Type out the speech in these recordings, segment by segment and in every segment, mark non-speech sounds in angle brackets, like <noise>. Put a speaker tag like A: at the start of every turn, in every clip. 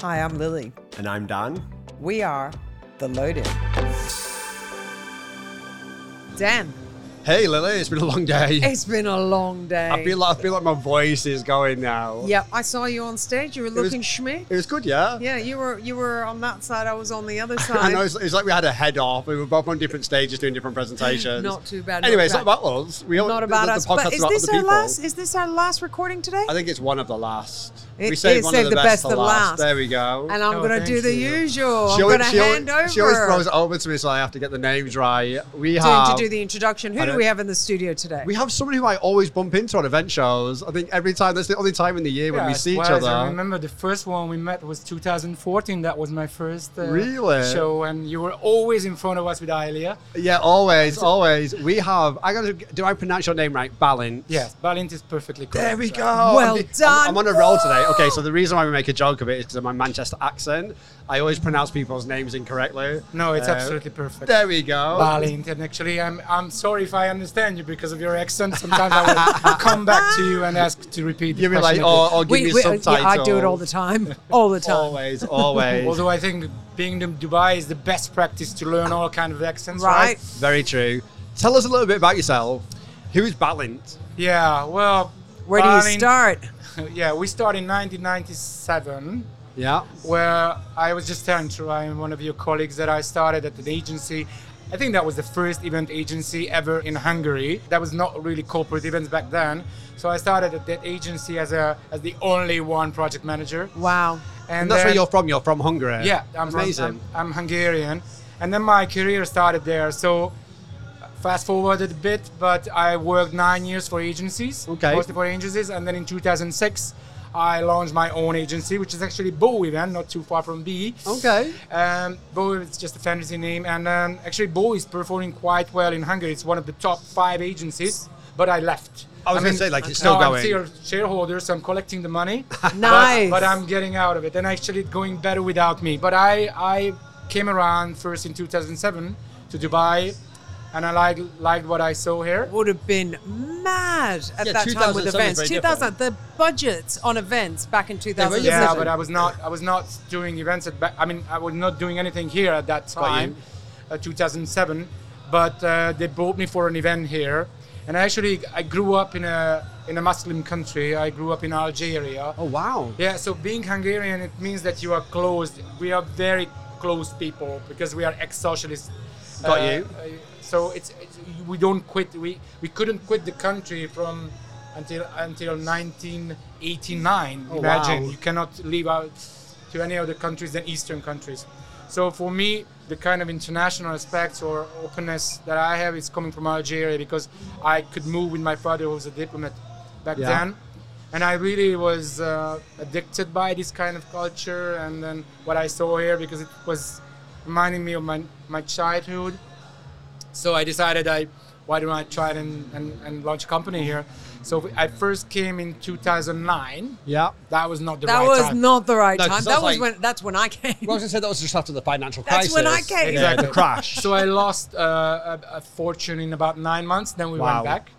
A: Hi, I'm Lily.
B: And I'm Don.
A: We are The Loaded. Dan,
B: Hey, Lily, it's been a long day.
A: it's been a long day.
B: I feel, like, I feel like my voice is going now.
A: yeah, I saw you on stage. You were
B: was-
A: looking schmick.
B: It was good, yeah?
A: Yeah, you were you were on that side. I was on the other side.
B: <laughs> I know it's, it's like we had a head off. We were both on different stages doing different presentations.
A: Not too bad, not
B: Anyway, it's
A: bad.
B: not about us. We all,
A: Not about
B: the,
A: us.
B: The
A: But
B: podcast's
A: is
B: about
A: this
B: other
A: our
B: people.
A: last? Is this our last recording today?
B: I think it's one of the last.
A: It
B: we saved
A: is
B: one of
A: saved the
B: the, best,
A: best
B: to
A: to
B: last.
A: last.
B: There we go.
A: and I'm
C: Oh,
A: gonna
C: thank
A: do the
C: you.
A: usual.
B: she,
A: I'm
B: always,
A: gonna
B: she, always,
A: hand over.
B: she always throws it over to me, so I have to get the names right. We have
A: to, to do the introduction. Who
B: I
A: do
B: don't-
A: we have in the studio today?
B: we have somebody who I always bump into on event shows. I think every time that's the only time in the year when we
C: Yes,
B: see each
C: well,
B: other.
C: I remember the first one we met was 2014. That was my first uh,
B: Really?
C: show, and you were always in front of us with Aelia.
B: Yeah, always, always. We have. I gotta. Do I pronounce your name right? Balance.
C: Yes, Balint is perfectly correct.
B: There we
C: right?
B: go.
A: Well
B: I'm-
A: done.
B: I'm, I'm on a roll today. Okay, so the reason why we make a joke of it is because of my Manchester accent. I always pronounce people's names incorrectly.
C: No, it's
B: Uh,
C: absolutely perfect.
B: There we go.
C: Balint, and actually, I'm I'm sorry if I understand you because of your accent. Sometimes I will <laughs> come back to you and ask to repeat. the
B: Give me like,
C: question
B: or,
C: again.
B: or oh, give me
A: We-
B: a
A: we- yeah,
B: subtitle.
A: I do it all the time. All
B: <laughs>
A: the time.
B: Always,
C: <laughs>
B: always.
C: Although I think being in Dubai is the best practice to learn all kind of accents,
A: Right.
B: Very true. Tell us a little bit about yourself. Who is Balint?
C: Yeah. Well,
A: Where do you
C: Balint-
A: start?
C: Yeah, we started in 1997.
B: Yeah.
C: where I was just telling Troy and one of your colleagues that I started at an agency. I think that was the first event agency ever in Hungary. That was not really corporate events back then. So I started at that agency as a as the only one project manager.
A: Wow.
C: And,
B: And that's where
C: then-
B: you're from. You're from Hungary.
C: yeah, I'm, from-
B: amazing.
C: I'm, I'm Hungarian, and then my career started there. So fast forwarded a bit, but I worked nine years for agencies,
B: Okay.
C: mostly for agencies, and then in 2006. I launched my own agency, which is actually Bow Event, not too far from B.
B: okay.
C: Um, Bow is just a fantasy name, and um, actually Bow is performing quite well in Hungary. It's one of the top five agencies, but I left.
B: I was gonna
C: mean,
B: say, like, it's still
C: now
B: going.
C: I'm still shareholder, so I'm collecting the
B: <laughs>
C: money.
A: Nice.
C: But, but I'm getting out of it, and actually it's going better without me. But I I came around first in 2007 to Dubai, and I liked liked what I saw here.
A: would have been mad at
B: Yeah,
A: that time with
B: 2007 is
A: events.
B: very
A: 2000, the budgets on events back in
B: but
A: 2007.
B: you
C: Yeah,
B: Listen.
C: but I was not. I was not doing events at. Ba- I mean, I was not doing anything here at that time, uh, 2007. But uh, they brought me for an event here, and actually, I grew up in a in a Muslim country. I grew up in Algeria.
B: Oh wow.
C: Yeah, so being Hungarian, it means that you are closed. We are very closed people because we are ex-socialists.
B: Got you.
C: uh, so it's, it's we don't quit. We we couldn't quit the country from until until 1989.
B: Oh,
C: Imagine
B: wow.
C: you cannot leave out to any other countries than Eastern countries. So for me, the kind of international aspects or openness that I have is coming from Algeria because I could move with my father, who was a diplomat back
B: Yeah.
C: then and I really was uh, addicted by this kind of culture and then what I saw here because it was reminding me of my, my childhood. So I decided I why don't I try it and, and, and launch a company here. So I first came in 2009.
B: Yeah.
C: That was not the
A: that
C: right
A: was
C: time.
A: not the right
B: No,
A: time.
B: 'cause that's
A: That was
B: like-
A: when that's when I came.
B: Well, I was going to say that was just after the financial
A: That's
B: crisis.
A: when I came.
B: Yeah,
C: Exactly.
B: the crash.
C: so I lost uh, a, a fortune in about nine months. Then we
B: Wow.
C: went back,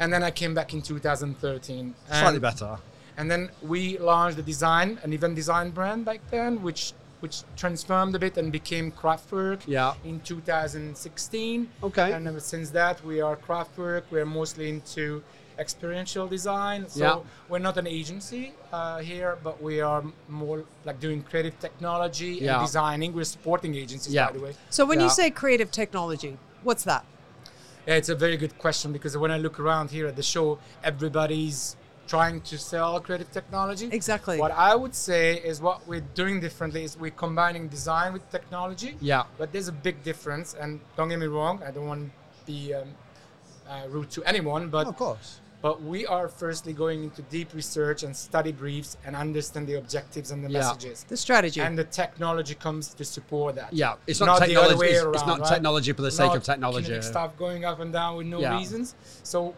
C: and then I came back in 2013.
B: <laughs> Slightly
C: And-
B: better.
C: and then we launched a design an event design brand back then which which transformed a bit and became Kraftwerk
B: Yeah.
C: in 2016
B: Okay.
C: and ever since that we are Kraftwerk we're mostly into experiential design so
B: Yeah.
C: we're not an agency uh, here but we are more like doing creative technology
B: Yeah.
C: and designing we're supporting agencies
B: Yeah.
C: by the way
A: <laughs> So when you
B: Yeah.
A: say creative technology, what's that?
C: yeah, it's a very good question because when I look around here at the show, everybody's trying to sell creative technology.
A: Exactly.
C: What I would say is what we're doing differently is we're combining design with technology.
B: Yeah.
C: But there's a big difference, and don't get me wrong, I don't want to be um, uh, rude to anyone, but
B: Of course.
C: but we are firstly going into deep research and study briefs and understand the objectives and the
B: Yeah.
C: messages.
A: The strategy.
C: And the technology comes to support that.
B: Yeah, it's not
C: the other
B: technology-
C: way
B: it's- it's not
C: right?
B: technology for the sake
C: Not
B: of technology.
C: kinetic Stuff going up and down with no
B: Yeah.
C: reasons. So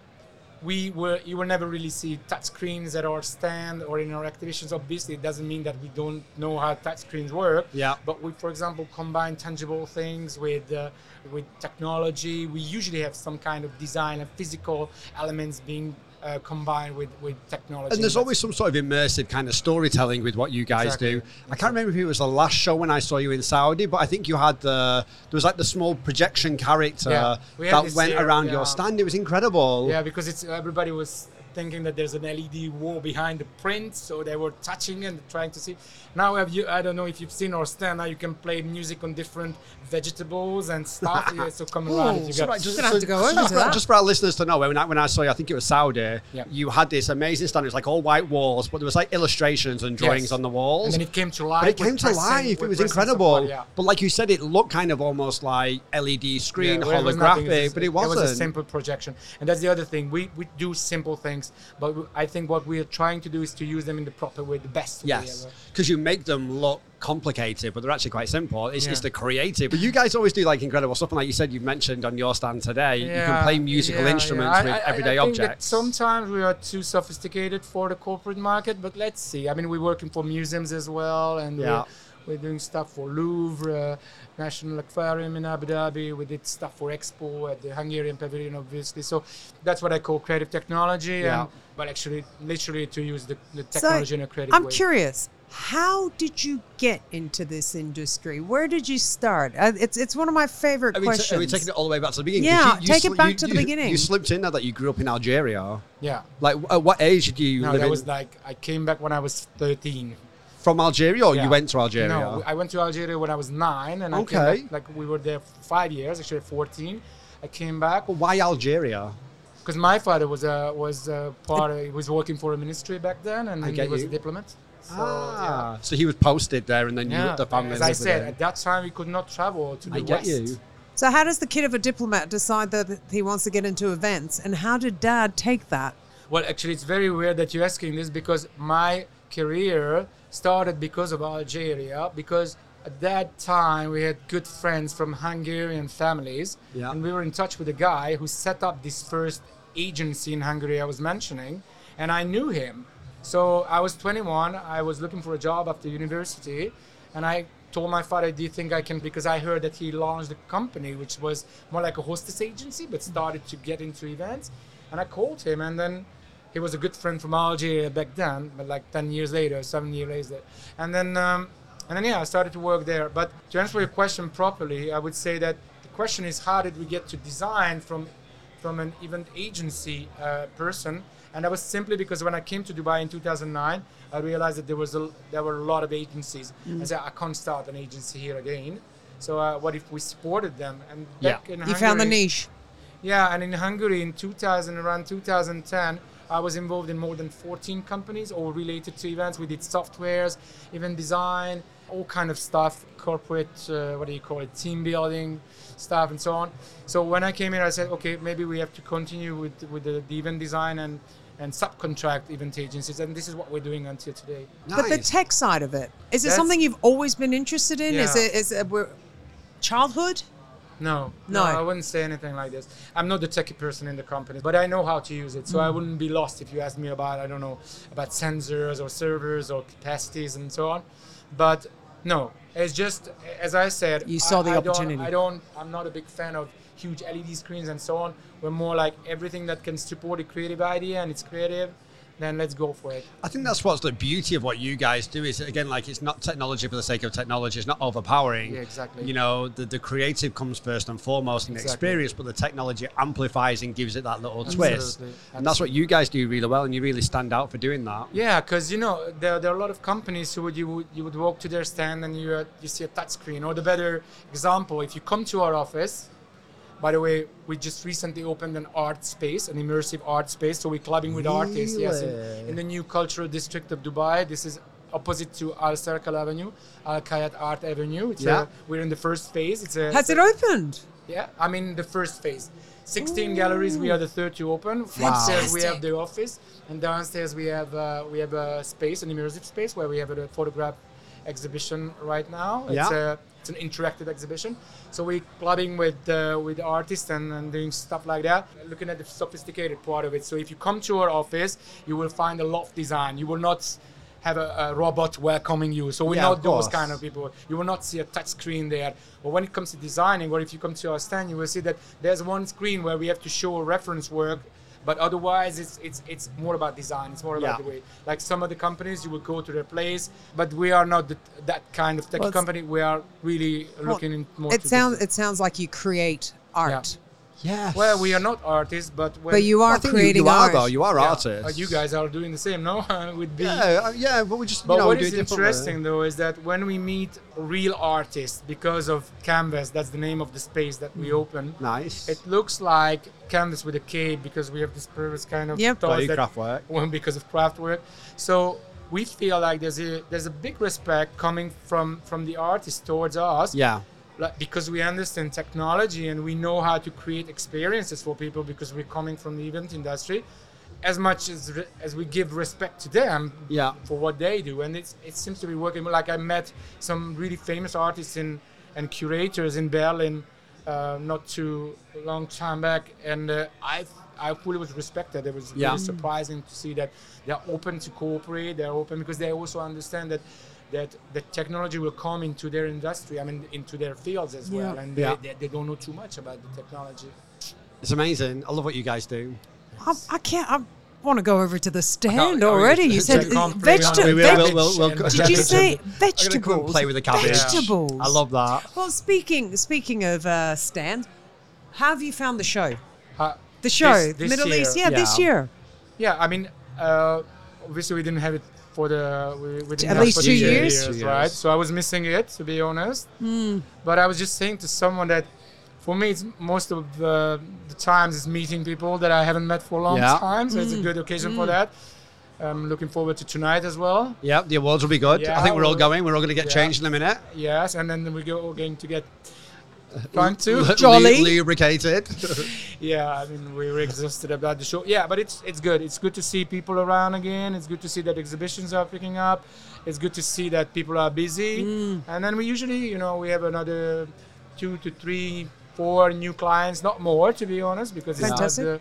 C: we were you will never really see touch screens at our stand or in our activations. Obviously, it doesn't mean that we don't know how touch screens work.
B: Yeah.
C: But we, for example, combine tangible things with uh, with technology. We usually have some kind of design and physical elements being uh, combined with, with technology.
B: And there's
C: That's-
B: always some sort of immersive kind of storytelling with what you guys do.
C: Exactly.
B: I can't remember if it was the last show when I saw you in Saudi, but I think you had the there was like the small projection character
C: Yeah, we had
B: that
C: this
B: went
C: here,
B: around
C: yeah.
B: your stand. It was incredible.
C: Yeah, because it's everybody was thinking that there's an LED wall behind the print, so they were touching and trying to see. Now have you? I don't know if you've seen our stand. Now you can play music on different vegetables and
B: <laughs>
C: stuff. yeah, so come around if you
B: So,
C: got.
B: right,
A: Just gonna have to go over
B: just
A: to
B: for,
A: that.
B: just for our listeners to know, when I, when I saw you, I think it was Saudi.
C: Yeah.
B: You had this amazing stand. It was like all white walls, but there was like illustrations and drawings
C: Yes.
B: on the walls.
C: and then it came to life.
B: But it
C: with
B: came to
C: pressing-
B: life. It
C: with
B: was
C: pressing stuff,
B: incredible.
C: yeah.
B: But like you said, it looked kind of almost like LED screen,
C: Yeah, well, it was nothing,
B: holographic,
C: it was-
B: but it wasn't.
C: It was a simple projection, and that's the other thing. We we do simple things, but we- I think what we are trying to do is to use them in the proper way, the best way.
B: Yes,
C: ever.
B: because you make them look complicated, but they're actually quite simple. It's, it's
C: Yeah.
B: the creative. But you guys always do like incredible stuff, and like you said, you've mentioned on your stand today, you can play musical
C: yeah,
B: instruments
C: yeah. I-
B: with
C: I- I-
B: everyday
C: I think that
B: objects.
C: sometimes we are too sophisticated for the corporate market, but let's see. I mean, we're working for museums as well, and
B: Yeah.
C: we're, we're doing stuff for Louvre, uh, National Aquarium in Abu Dhabi. We did stuff for Expo at the Hungarian Pavilion, obviously. So that's what I call creative technology.
B: Yeah.
C: And, but actually, literally, to use the, the technology in a creative
A: I'm
C: way.
A: curious. How did you get into this industry? Where did you start? Uh, it's it's one of my favorite
B: Are we,
A: questions.
B: ta- are we taking it all the way back to the beginning? 'Cause
A: Yeah, take it
B: sli-
A: back to the
B: you-
A: beginning.
B: You slipped in there that you grew up in Algeria.
C: Yeah.
B: Like, at what age did you
C: No,
B: live
C: that
B: in?
C: was like I came back when I was 13.
B: From Algeria, or
C: Yeah.
B: you went to Algeria?
C: No, I went to Algeria when I was nine, and I
B: Okay.
C: came back, like we were there for five years, actually fourteen. I came back
B: Well, Why Algeria?
C: because my father was a was a part. Of, he was working for a ministry back then, and
B: I
C: he
B: get
C: was
B: you.
C: a diplomat. So,
B: ah, so he was posted there, and then you,
C: yeah.
B: the family.
C: As I
B: lived with
C: said,
B: him.
C: at that time we could not travel to the
B: I get
C: west.
B: you.
A: so, how does the kid of a diplomat decide that he wants to get into events, and how did Dad take that?
C: Well, actually, it's very weird that you're asking this because my career started because of Algeria. Because at that time, we had good friends from Hungarian families,
B: Yeah.
C: and we were in touch with a guy who set up this first agency in Hungary I was mentioning, and I knew him. So I was 21. I was looking for a job after university, and I told my father, "Do you think I can?" Because I heard that he launched a company which was more like a hostess agency, but started to get into events. And I called him, and then he was a good friend from Algeria back then, but like 10 years later, seven years later. And then, um, and then yeah, I started to work there. But to answer your question properly, I would say that the question is how did we get to design from from an event agency uh, person, and that was simply because when I came to Dubai in 2009, I realized that there was a, there were a lot of agencies.
A: Mm-hmm.
C: I said I can't start an agency here again. So uh, what if we supported them? And
B: Yeah.
C: back in
A: You found the
C: Hungary-
A: niche.
C: yeah, and in Hungary in 2000, around 2010, I was involved in more than 14 companies all related to events. We did softwares, event design, all kind of stuff, corporate, uh, what do you call it, team building stuff and so on. So when I came here, I said, okay, maybe we have to continue with, with the, the event design and, and subcontract event agencies. And this is what we're doing until today.
A: But the
B: Nice.
A: tech side of it is it
C: That's-
A: something you've always been interested in? Is
C: Yeah.
A: it is it we're- childhood?
C: No,
A: No.
C: no, I wouldn't say anything like this. I'm not the techie person in the company, but I know how to use it, so
A: Mm.
C: I wouldn't be lost if you asked me about I don't know about sensors or servers or capacities and so on. But no, it's just as I said.
A: You saw
C: I-
A: the
C: I don't-
A: opportunity.
C: I don't. I'm not a big fan of huge LED screens and so on. We're more like everything that can support a creative idea and it's creative, then let's go for it.
B: I think that's what's the beauty of what you guys do is again like it's not technology for the sake of technology. It's not overpowering.
C: Yeah, exactly.
B: You know, the, the creative comes first and foremost in the
C: Exactly.
B: experience, but the technology amplifies and gives it that little twist.
C: Absolutely.
B: And that's what you guys do really well, and you really stand out for doing that.
C: Yeah, because you know there, there are a lot of companies who would you would you would walk to their stand and you uh, you see a touch screen. Or the better example, if you come to our office, by the way, we just recently opened an art space, an immersive art space. So we're clubbing with artists. Yes, in,
B: Really?
C: in the new cultural district of Dubai. This is opposite to Al Circle Avenue, Al Kayat Art Avenue. It's
B: Yeah.
C: a, we're in the first phase. It's a
A: Has it opened?
C: yeah, I mean the first phase. 16 galleries. We are the third to open. Upstairs we have the office, and downstairs we have uh, we have a space, an immersive space where we have a photograph exhibition right now. It's,
B: Yeah.
C: a, it's an interactive exhibition. So we're clubbing with uh, with artists and, and doing stuff like that. Looking at the sophisticated part of it. So if you come to our office, you will find a loft design. You will not have a, a robot welcoming you. So we're
B: Yeah,
C: not
B: of
C: those
B: course.
C: kind of people. You will not see a touch screen there. But when it comes to designing, or if you come to our stand, you will see that there's one screen where we have to show a reference work But otherwise, it's it's it's more about design. It's more about
B: Yeah.
C: the way. Like some of the companies, you would go to their place, but we are not the, that kind of tech
A: Well, it's-
C: company. We are really looking in more. to
A: It
C: the-
A: sounds it sounds like you create art.
B: Yes.
C: Well, we are not artists, but when,
A: But you
B: Well, I
A: are
B: think
A: creating
B: you, you
A: art.
B: are though. You are
C: Yeah.
B: artists.
C: Uh, you guys are doing the same, no? <laughs> With the
B: Yeah, uh, yeah, but we just.
C: But
B: you know,
C: what
B: we do
C: is
B: it differently.
C: interesting though is that when we meet real artists because of Canvas, that's the name of the space that we open.
B: Mm. Nice.
C: It looks like Canvas with a K because we have this previous kind of
A: Yep.
C: thoughts
B: Value
C: that-
B: craft work.
C: well, <laughs> because of craft work. So we feel like there's a there's a big respect coming from from the artists towards us
B: Yeah.
C: like, because we understand technology and we know how to create experiences for people because we're coming from the event industry as much as re- as we give respect to them
B: Yeah.
C: for what they do and it's, it seems to be working like i met some really famous artists in, and curators in berlin uh, not too long time back and uh, i i fully was respected it was
B: Yeah.
C: really surprising to see that they're open to cooperate they're open because they also understand that that the technology will come into their industry i mean into their fields as
A: Yeah.
C: well and
B: Yeah.
C: they, they, they don't know too much about the technology
B: It's amazing. I love what you guys do.
A: I, I can't. I want to go over to the stand
C: oh, yeah.
A: already. You said
C: Check on
A: vegetable.
B: We
C: Premium.
B: will-
C: Veg-
B: we'll- we'll- we'll-
C: Did
A: Did you say
B: I'm gonna come and
A: vegetables?
B: play with the cabbage.
A: Vegetables.
B: I love that.
A: Well, speaking speaking of uh, stand, how have you found the show?
C: Ha-
A: The show,
C: this- this
A: Middle
C: year-
A: East, yeah, this
B: Yeah.
A: year.
C: Yeah, I mean, uh, obviously we didn't have it for the we, we didn't
A: At
C: have it
A: least
C: for
A: two
C: the
A: years? Hmm.
B: Two years.
C: right? So I was missing it to be honest. But I was just saying to someone that for me, it's most of the, the times is meeting people that I haven't met for a long
B: Yeah.
C: time, so it's
A: Hmm.
C: a good occasion for that. I'm looking forward to tonight as well.
B: Yeah, the awards will be good. I
C: Yeah,
B: think we're all
C: we'll-
B: going. We're all going to get
C: yeah.
B: changed in a minute.
C: Yes, and then we go all going to
B: <laughs>
C: get fun too.
B: Lu-
A: Jolly.
B: lu- lubricated.
C: yeah i mean we were exhausted about the show yeah but it's it's good it's good to see people around again it's good to see that exhibitions are picking up it's good to see that people are busy
A: Mm.
C: and then we usually you know we have another two to three four new clients not more to be honest because it's not
A: Fantastic.
C: the,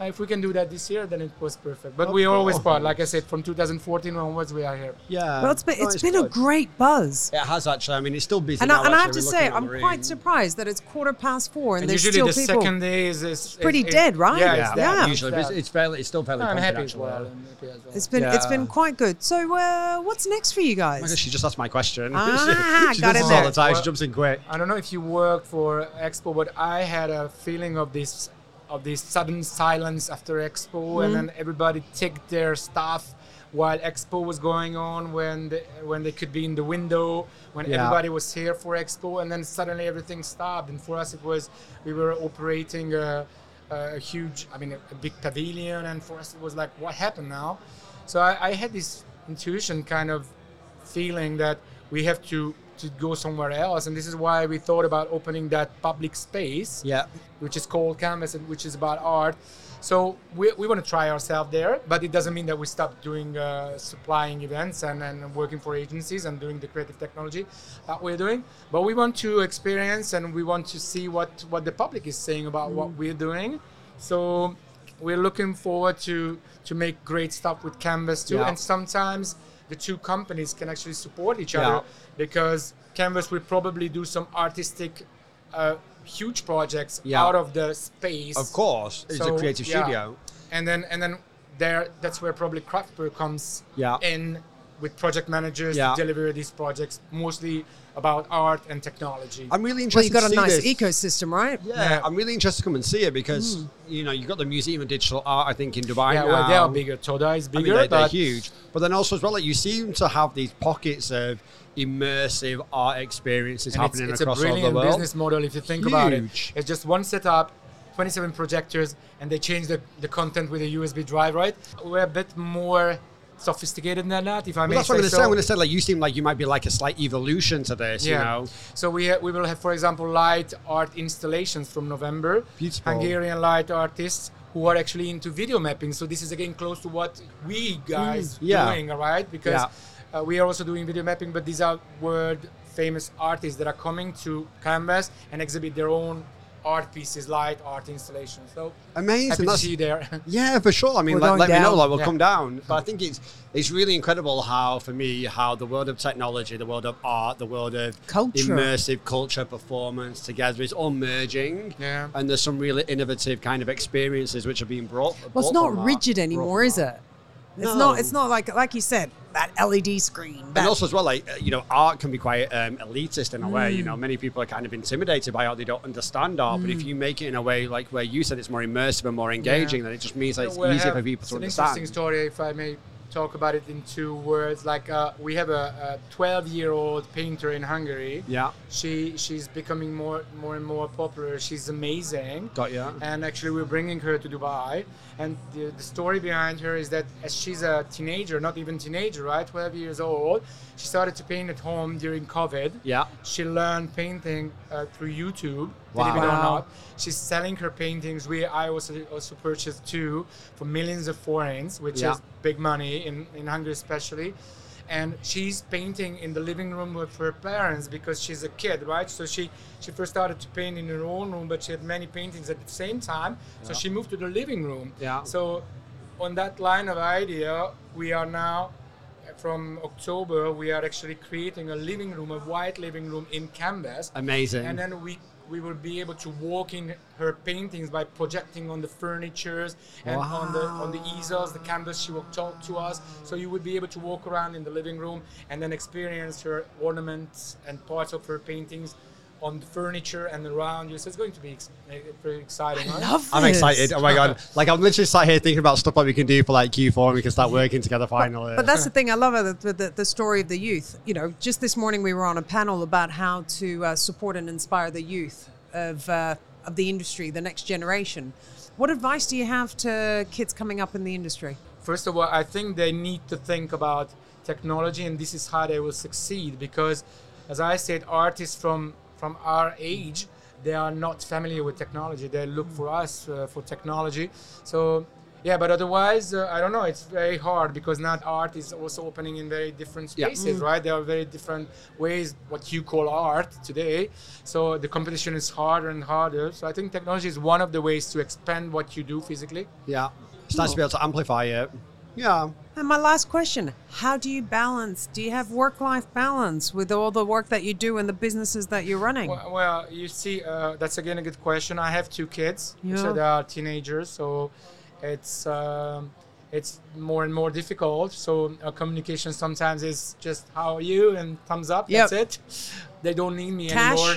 C: uh, if we can do that this year then it was perfect but we always
B: course.
C: part like i said from 2014 onwards we are here
B: <laughs> yeah.
A: Well, it's been,
B: No,
A: it's been a
B: good.
A: great buzz.
B: It has actually. I mean, it's still busy.
A: And
B: now,
A: I, and I have to
B: actually. We're
A: say,
B: looking at
A: I'm
B: the room.
A: quite surprised that it's quarter past four and,
C: and
A: there's
C: usually
A: still
C: the
A: people.
C: second day is, is
A: pretty
C: is-
A: dead, right?
C: yeah,
B: Yeah,
C: it's dead.
A: yeah.
B: usually
C: It's
B: it's,
C: dead.
B: it's fairly, it's still fairly.
C: i'm
B: pumping,
C: happy as
B: actually. Oh
C: well, I'm happy as well.
A: It's been it's been
B: Yeah.
A: quite good. So, uh, what's next for you
B: Oh my
A: guys?
B: gosh, she just asked my question.
A: Ah,
B: <laughs> she she
A: got in
B: does this all
A: there.
B: the time.
C: Well-
B: she jumps in quick.
C: I don't know if you work for Expo, but I had a feeling of this of this sudden silence after Expo, and then everybody took their stuff while Expo was going on, when the, when they could be in the window, when
B: Yeah.
C: everybody was here for Expo, and then suddenly everything stopped. And for us, it was we were operating a, a huge, I mean, a, a big pavilion, and for us it was like, what happened now? So I, I had this intuition, kind of feeling that we have to to go somewhere else and this is why we thought about opening that public space
B: Yeah.
C: which is called canvas and which is about art so we, we want to try ourselves there but it doesn't mean that we stop doing uh, supplying events and, and working for agencies and doing the creative technology that we're doing but we want to experience and we want to see what what the public is saying about
B: Mm.
C: what we're doing so we're looking forward to to make great stuff with canvas too
B: Yeah.
C: and sometimes the two companies can actually support each
B: Yeah.
C: other because canvas will probably do some artistic uh, huge projects
B: Yeah.
C: out of the space
B: Of course, it's
C: So,
B: a creative
C: yeah.
B: studio.
C: and then and then there that's where probably craftware comes
B: Yeah.
C: in with project managers
B: Yeah.
C: to deliver these projects mostly about art and technology
B: I'm really interested.
A: well, you've got
B: to
A: a
B: see
A: nice
B: this.
A: ecosystem, right?
B: Yeah,
C: Yeah.
B: I'm really interested to come and see it because
A: Mm.
B: you know you've got the Museum of Digital Art, I think, in Dubai.
C: yeah,
B: now.
C: well, they are bigger. Toda is
B: I mean,
C: bigger,
B: they're, they're
C: but
B: huge. But then also as well, like you seem to have these pockets of immersive art experiences
C: and it's,
B: happening
C: it's a
B: across all
C: brilliant
B: the world.
C: business model if you think about it.
B: Huge.
C: It's just one setup, 27 projectors, and they change the, the content with a USB drive, right? We're a bit more sophisticated than that, if I may
B: Well, that's
C: say
B: what I'm going to
C: so.
B: say. I'm going to say like you seem like you might be like a slight evolution to this. You know,
C: So we we will have, for example, light art installations from November.
B: Beautiful.
C: Hungarian light artists who are actually into video mapping. So this is again close to what we guys
B: Mm, yeah.
C: doing, all right? Because uh, we are also doing video mapping, but these are world famous artists that are coming to canvas and exhibit their own art pieces, light art installations. So happy
B: Amazing.
C: to
B: That's,
C: see you there. <laughs>
B: yeah, for sure. I mean,
A: We're
B: let,
A: going
B: let me know.
A: down.
B: Like, we'll
C: Yeah.
B: come down. But I think it's it's really incredible how, for me, how the world of technology, the world of art, the world of
A: Culture.
B: immersive culture, performance together is all merging.
C: Yeah.
B: And there's some really innovative kind of experiences which are being brought.
A: Well, it's
B: brought from
A: not
B: that,
A: rigid
B: brought
A: anymore,
B: from
A: is
B: that.
A: it? It's
B: No.
A: not. It's not like like you said that LED screen. That,
B: and also as well, like uh, you know, art can be quite um, elitist in a way. You know,
A: Mm.
B: many people are kind of intimidated by art; they don't understand art. But if you make it in a way like where you said it's more immersive and more engaging, then it just means that it's
C: Well, I
B: easier
C: have-
B: for people
C: it's
B: to
C: an
B: understand.
C: interesting story, if I may talk about it in two words. Like uh, we have a 12 year old painter in Hungary.
B: Yeah,
C: She she's becoming more more and more popular. She's amazing.
B: got you.
C: And actually, we're bringing her to Dubai. And the, the story behind her is that as she's a teenager, not even teenager, right, 12 years old, she started to paint at home during COVID.
B: Yeah,
C: She learned painting uh, through YouTube,
B: Wow.
C: believe it or
A: Wow.
C: not. She's selling her paintings. We I also also purchased two for millions of forints, which
B: Yeah.
C: is big money in, in Hungary especially. And she's painting in the living room with her parents because she's a kid, right? So she she first started to paint in her own room, but she had many paintings at the same time. So she moved to the living room.
B: Yeah.
C: So on that line of idea, we are now from October we are actually creating a living room, a white living room in canvas,
B: amazing.
C: and then we we will be able to walk in her paintings by projecting on the furnitures and on the on the easels, the canvas she will talk to us. So you would be able to walk around in the living room and then experience her ornaments and parts of her paintings on the furniture and around you. So it's going to be ex- eh, pretty exciting.
A: I
C: right?
A: love
B: I'm
A: this.
B: excited. Oh my
A: <laughs>
B: god! Like I'm literally sat here thinking about stuff that we can do for like Q4, and we can start working together finally.
A: But that's the thing I love about the, the, the story of the youth. You know, just this morning we were on a panel about how to uh, support and inspire the youth of uh, of the industry, the next generation. What advice do you have to kids coming up in the industry?
C: first of all, I think they need to think about technology, and this is how they will succeed. Because, as I said, artists from from our age, they are not familiar with technology. They look for us uh, for technology. So, yeah. But otherwise, uh, I don't know. It's very hard because now art is also opening in very different
B: Yeah.
C: spaces, right? There are very different ways what you call art today. So the competition is harder and harder. So I think technology is one of the ways to expand what you do physically.
B: yeah, it's nice to be able to amplify it. Yeah.
A: And my last question: How do you balance? Do you have work-life balance with all the work that you do and the businesses that you're running?
C: Well, well, you see, uh, that's again a good question. I have two kids,
A: Yeah.
C: so they are teenagers, so it's um, it's more and more difficult. So uh, communication sometimes is just how are you and thumbs up.
A: Yep.
C: That's it. They don't need me
A: Cash?
C: anymore.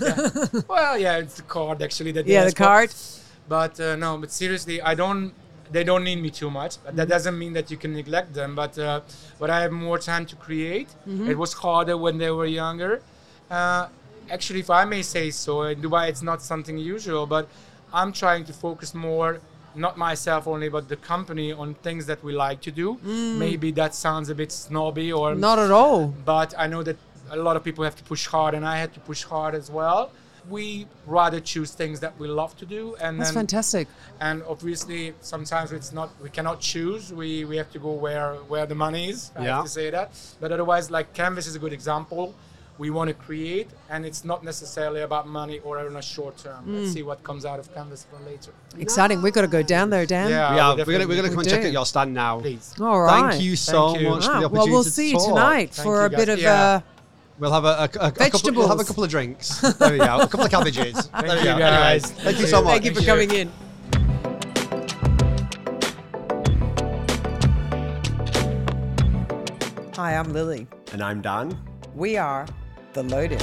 C: Yeah.
A: <laughs>
C: well, yeah, it's the card actually. That they
A: yeah, the
C: ask for.
A: card.
C: But uh, no, but seriously, I don't. They don't need me too much, but
A: Mm-hmm.
C: that doesn't mean that you can neglect them. But uh, but I have more time to create.
A: Mm-hmm.
C: It was harder when they were younger. Uh, actually, if I may say so, in Dubai it's not something usual, but I'm trying to focus more, not myself only, but the company on things that we like to do. Maybe that sounds a bit snobby
B: um,
C: or
A: Mm. Not at all.
C: but I know that a lot of people have to push hard, and I had to push hard as well. We rather choose things that we love to do, and
A: That's
C: then,
A: fantastic.
C: and obviously sometimes it's not we cannot choose. We we have to go where where the money is. I
B: Yeah.
C: have to say that. But otherwise, like canvas is a good example. We want to create, and it's not necessarily about money or in a short term. Let's see what comes out of canvas for later.
A: Exciting. We've got to go down there, Dan.
C: Yeah. I
B: yeah,
C: would
B: we're gonna, we're gonna
C: definitely-
B: come and
A: We
B: check
A: do.
B: out your stand now.
C: Please.
A: All right.
B: Thank you so
C: Thank you.
B: much for the
A: Ah,
B: opportunity.
A: well, we'll
B: to
A: see you
B: talk.
A: tonight
C: Thank
A: for
C: you,
A: a
C: guys.
A: bit of.
C: Yeah.
A: Uh,
B: We'll have a, a, a, a couple. We'll have a
A: Vegetables.
B: couple of drinks. There we go. A couple of
A: <laughs>
B: cabbages. there we
C: you,
B: go.
C: guys.
B: Anyways, thank you so much.
A: Thank you for coming in. Hi, I'm Lily.
D: And I'm Don.
A: We are The Loaded.